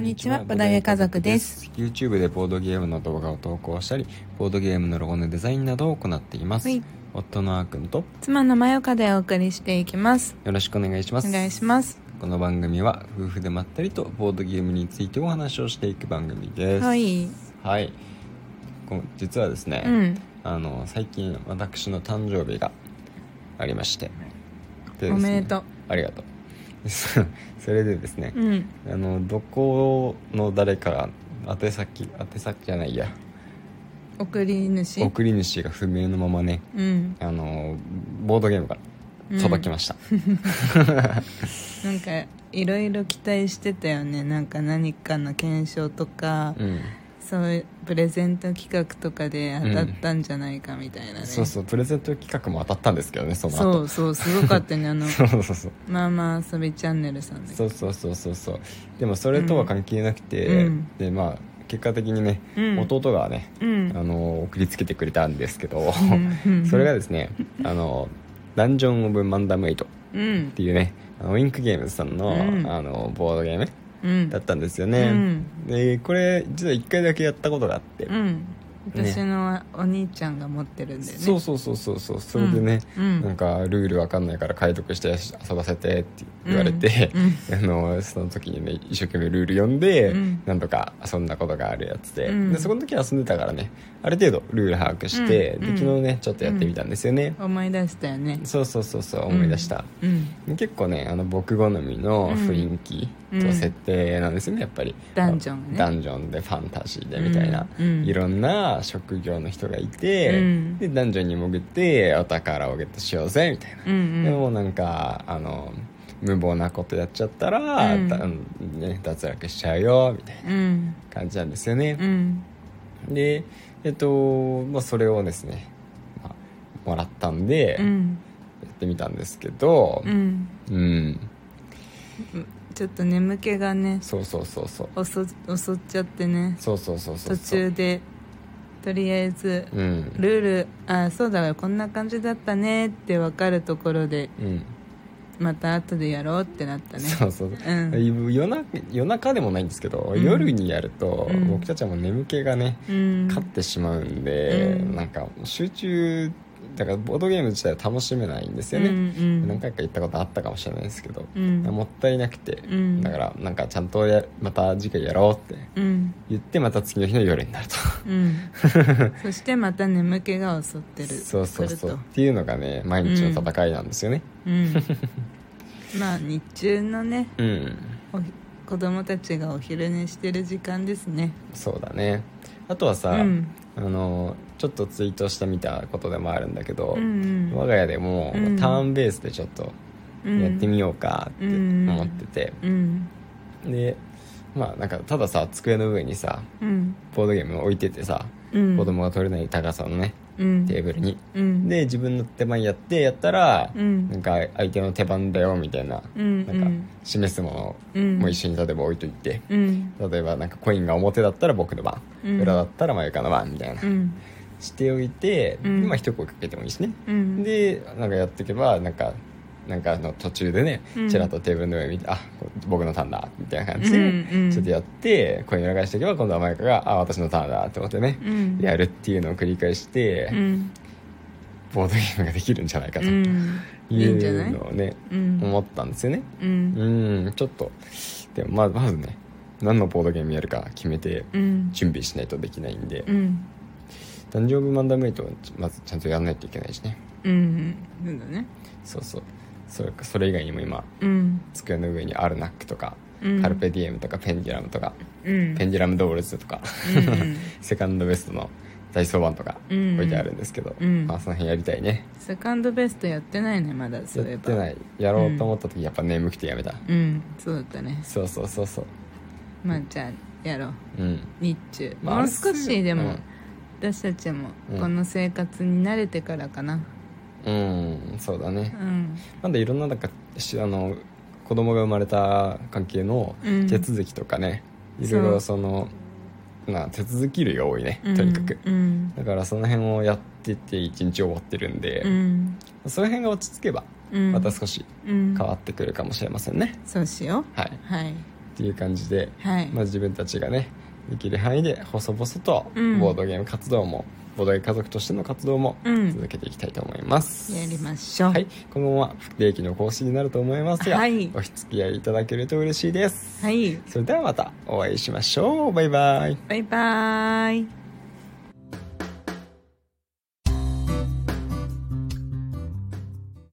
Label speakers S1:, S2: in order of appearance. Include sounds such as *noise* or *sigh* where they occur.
S1: にちはボドゲ家族です
S2: YouTube でボードゲームの動画を投稿したりボードゲームのロゴのデザインなどを行っています、
S1: はい
S2: 夫のあーくんと
S1: 妻のまよかでお送りしていきます
S2: よろしくお願いしま
S1: お
S2: す
S1: 願いします
S2: この番組は夫婦でまったりとボードゲームについてお話をしていく番組です
S1: は、い
S2: はいこ実はですね、
S1: うん
S2: あの最近私の誕生日がありましてで
S1: お
S2: すね
S1: めでとう
S2: ありがとう *laughs* それでですね、
S1: うん
S2: あのどこの誰から宛先宛先じゃないや
S1: 送り主
S2: 送り主が不明のままね
S1: うん
S2: あのボードゲームから届きま
S1: *laughs*
S2: した、
S1: なんかいろいろ期待してたよねなんか何かの検証とか、
S2: うん
S1: そういうプレゼント企画とかで当たったんじゃないかみたいなね、
S2: そうそうプレゼント企画も当たったんですけどねその
S1: そ
S2: 後
S1: うそうすごかっ
S2: *laughs*
S1: たねあの
S2: そうそうそう
S1: まあまあ遊びチャンネルさんだけ
S2: そうそうそうそうそうでもそれとは関係なくて、
S1: うん
S2: でまあ結果的にね、
S1: うん
S2: 弟がね
S1: う
S2: あ
S1: ん
S2: の送りつけてくれたんですけど
S1: うん
S2: *laughs* それがですねあのダンジョン・オブ・マンダム・エイトっ
S1: うん
S2: ていうねあのウィンクゲームズさんの,、
S1: うん
S2: あのボードゲーム
S1: うん
S2: だったんですよね、
S1: うん
S2: でこれ実は1回だけやったことがあって、
S1: うん私のお兄ちゃんが持ってるんだよね
S2: そうそうそうそうそうそれでね、
S1: うんうん
S2: なんかルールわかんないから解読して遊ばせてって言われて、 *laughs* あのその時にね一生懸命ルール読んで、
S1: うん
S2: なんとか遊んだことがあるやつで,、
S1: うん
S2: でそこの時は遊んでたからねある程度ルール把握して、
S1: うん
S2: で
S1: うん
S2: 昨日ねちょっとやってみたんですよね、
S1: 思い出したよね
S2: そうそうそうそう思い出した、
S1: うん
S2: 結構ねあの僕好みの雰囲気
S1: うん
S2: と設定なんですよねやっぱり
S1: ダンジョンね
S2: ダンジョンでファンタジーでみたいな、
S1: うんうん
S2: いろんな職業の人がいて、
S1: うん
S2: でダンジョンに潜ってお宝をゲットしようぜみたいな、
S1: うん
S2: で
S1: うん
S2: もなんかあの無謀なことやっちゃったら、
S1: うん
S2: だね、脱落しちゃうよみたいな
S1: うん
S2: 感じなんですよね
S1: う、ん
S2: でえっと、まあ、それをですね、まあもらったんで、
S1: う
S2: や
S1: ん
S2: ってみたんですけど
S1: うん
S2: うん
S1: ちょっと眠気がね
S2: そうそうそうそう
S1: 襲襲っちゃってね
S2: そうそうそうそう
S1: 途
S2: そう
S1: 中でとりあえず
S2: うん
S1: ルールあそうだわこんな感じだったねって分かるところで
S2: うん
S1: また後でやろうってなったね
S2: そうそう
S1: うん
S2: 夜中夜中でもないんですけど、
S1: うん
S2: 夜にやると、
S1: うん
S2: 僕たちはもう眠気がね
S1: うん
S2: 勝ってしまうんで、
S1: うん
S2: なんか集中だからボードゲーム自体は楽しめないんです
S1: う
S2: よ
S1: んう
S2: ね、何
S1: ん
S2: 回か言ったことあったかもしれないですけど、
S1: うん
S2: もったいなくて、
S1: うん
S2: だからなんかちゃんとやまた次回やろうって
S1: うん
S2: 言ってまた次の日の夜になると
S1: うん
S2: *laughs*
S1: そしてまた眠気が襲ってる
S2: そうそうそ
S1: 来
S2: う
S1: る
S2: っていうのがね毎日の戦いなんですよね
S1: とうんまあ日中のね
S2: うん
S1: おひ子供たちがお昼寝してる時間ですね
S2: そうだねあとはさ、
S1: うん
S2: あのちょっとツイートしてみたことでもあるんだけど、
S1: うんうん
S2: 我が家でも、
S1: うん
S2: ターンベースでちょっと
S1: うん
S2: やってみようかって思ってて、
S1: うん
S2: でまあなんかたださ机の上にさ
S1: うん
S2: ボードゲームを置いててさ、
S1: うん
S2: 子供が取れない高さのね
S1: うん
S2: テーブルに、
S1: うん
S2: で自分の手番やってやったら、
S1: うん
S2: なんか相手の手番だよみたいな,、
S1: うんうん
S2: なんか示すも
S1: う
S2: の
S1: ん
S2: も一緒に例えば置いといて、
S1: うん
S2: 例えばなんかコインが表だったら僕の番、
S1: うん
S2: 裏だったらマユカの番みたいな、
S1: うん
S2: しておいて、
S1: うん
S2: まあ一声かけてもいいしね、
S1: うん
S2: でなんかやっていけばなんかなんかあの途中でね
S1: うん
S2: ちらっとテーブルの上見て「あこ僕のターンだ」みたいな感じで、
S1: うんうん
S2: ちょっとやって声に流していけば今度はマイカが「あ私のターンだ」って思ってね、
S1: うん
S2: やるっていうのを繰り返して、
S1: うん
S2: ボードゲームができるんじゃないかと
S1: う
S2: い
S1: んいいんじゃな
S2: う
S1: い
S2: のをね、
S1: うん
S2: 思ったんですよね。
S1: う
S2: うんんちょっとでもまあまずね何のボードゲームやるか決めて
S1: うん
S2: 準備しないとできないんで、
S1: うん
S2: 誕生日マンダムエイトをまずちゃんとやらないといけないしね
S1: うんそうだね
S2: そうそうそれそれ以外にも今
S1: うん
S2: 机の上にアルナックとか、
S1: うん
S2: カルペディエムとかペンデュラムとか、
S1: うん
S2: ペンデュラムドールズとか、
S1: うんうん
S2: *laughs* セカンドベストのダイソー版とか
S1: うんうん
S2: 置いてあるんですけど、
S1: うん
S2: まあ、その辺やりたいね
S1: セカンドベストやってないねまだ
S2: や
S1: そういえ
S2: っ
S1: ば
S2: てないやろうと思った時やっぱ眠くてやめた、
S1: うんそうだったね
S2: そうそうそうそう
S1: まあじゃあやろう
S2: うん
S1: 日中、
S2: まあ
S1: もう少しでも、
S2: うん
S1: 私たちも
S2: うん
S1: この生活に慣れてからかな
S2: うんそうだね
S1: うん
S2: まだいろんななんかしあの子供が生まれた関係の
S1: うん
S2: 手続きとかね、いろいろそのな手続き類が多いね
S1: うん
S2: とにかく、
S1: うん
S2: だからその辺をやってて一日終わってるんで、
S1: うん、
S2: その辺が落ち着けば
S1: うん、
S2: また少し
S1: 変
S2: 変わってくるかもしれませんね、
S1: そうしよ
S2: はいう
S1: はい
S2: っていう感じで、
S1: はい、
S2: まあ、自分たちがねできる範囲で細々と
S1: うん
S2: ボードゲーム活動も、ボードゲーム家族としての活動も
S1: うん
S2: 続けていきたいと思います、
S1: やりましょう
S2: はい、このまま不定期の更新になると思いますが、
S1: はい
S2: お付き合いいただけると嬉しいです
S1: はい、
S2: それではまたお会いしましょうバイバイ
S1: バイバーイ